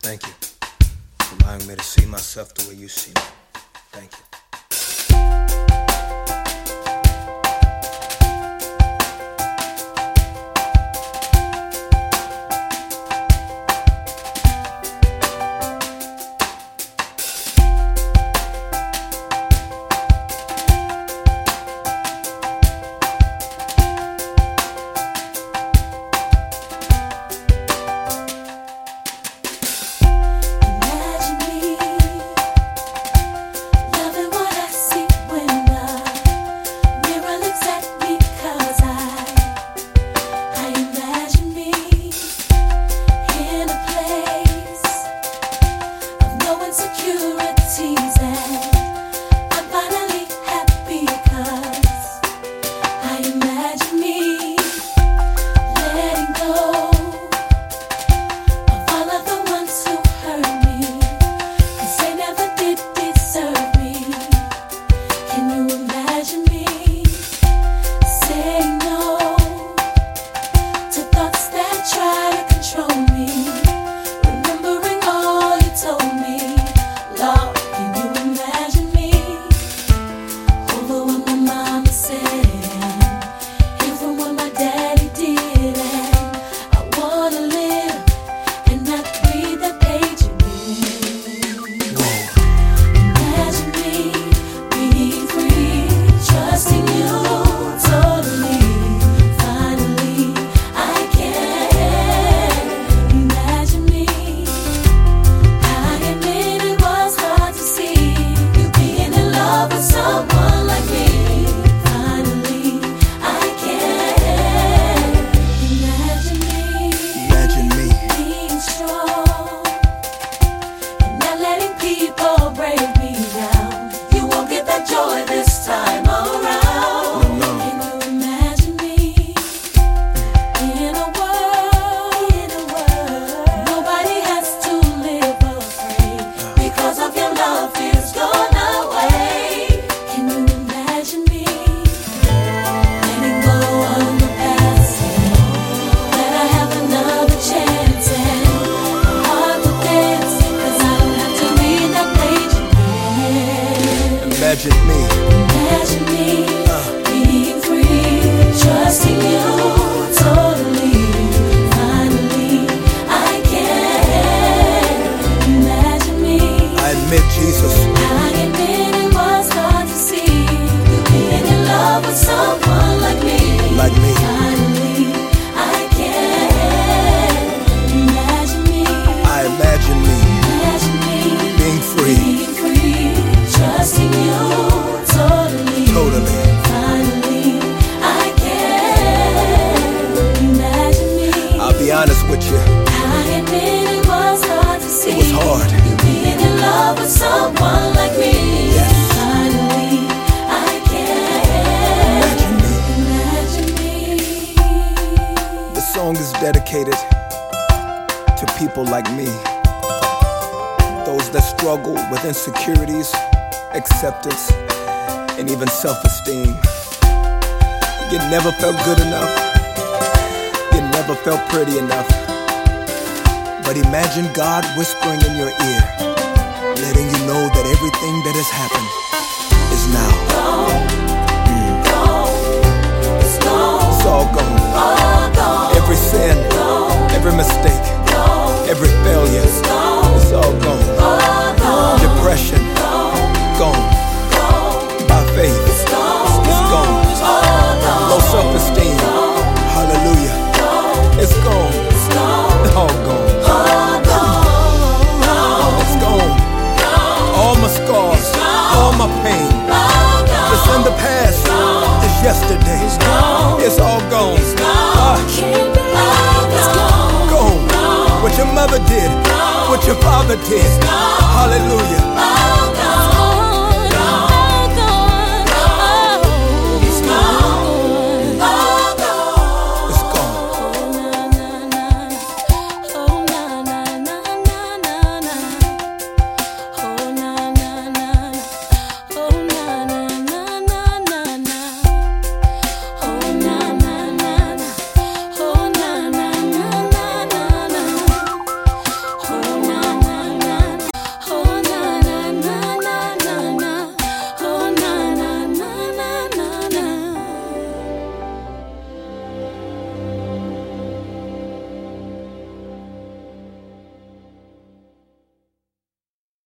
Thank you for allowing me to see myself the way you see me. Thank you. Imagine me loving what I see when the mirror looks at me 'cause I, I imagine me in a place of no insecurities and I'm finally happy 'cause I imagine me letting go of all of the ones who hurt me, 'cause they never did deserve me. Can you imagine me saying no to thoughts that try to control me? Remembering all you told me, Lord, can you imagine me over what my mama said? Hear from what my daddy did, and I wanna live and not breathe that page you Imagine me being free, trusting you totally. Finally, I can imagine me. I admit it was hard to see you being in love with someone like me. Finally, I can imagine me. Imagine me. Being strong and not letting people break me down. You won't get that joy this time around. No, no. Can you imagine me in a world in a world nobody has to live afraid because of your love is gone away? Can you imagine me letting go of the past? That I have another chance and heart to dance 'cause I don't have to read that page again. Imagine me. Imagine me being free, trusting you totally. Finally, I can imagine me. I admit Jesus. I admit it was hard to see you being in love with someone like me. Like me. Finally, I can imagine me. I imagine me Imagine me being free. being free, trusting you totally. Totally. Finally, I can imagine me. I'll be honest with you. I admit it was hard to see. It was hard. You being in love with someone like me. Finally, I can Imagine me. imagine me. The song is dedicated to people like me. Those that struggle with insecurities, acceptance, and even self esteem. You never felt good enough. You never felt pretty enough. But imagine God whispering in your ear, letting you know that everything that has happened is now. It's gone, It's all gone. all gone, Every sin, every mistake, gone, every failure, gone, it's all gone. all gone, Depression, gone, gone. gone. By faith, It's gone, it's gone. all gone. Low self esteem, hallelujah. It's gone, all gone. It's gone. All my scars, all my pain. It's in the past, it's yesterday. It's all gone. Ah, gone. What your mother did, what your father did. Hallelujah.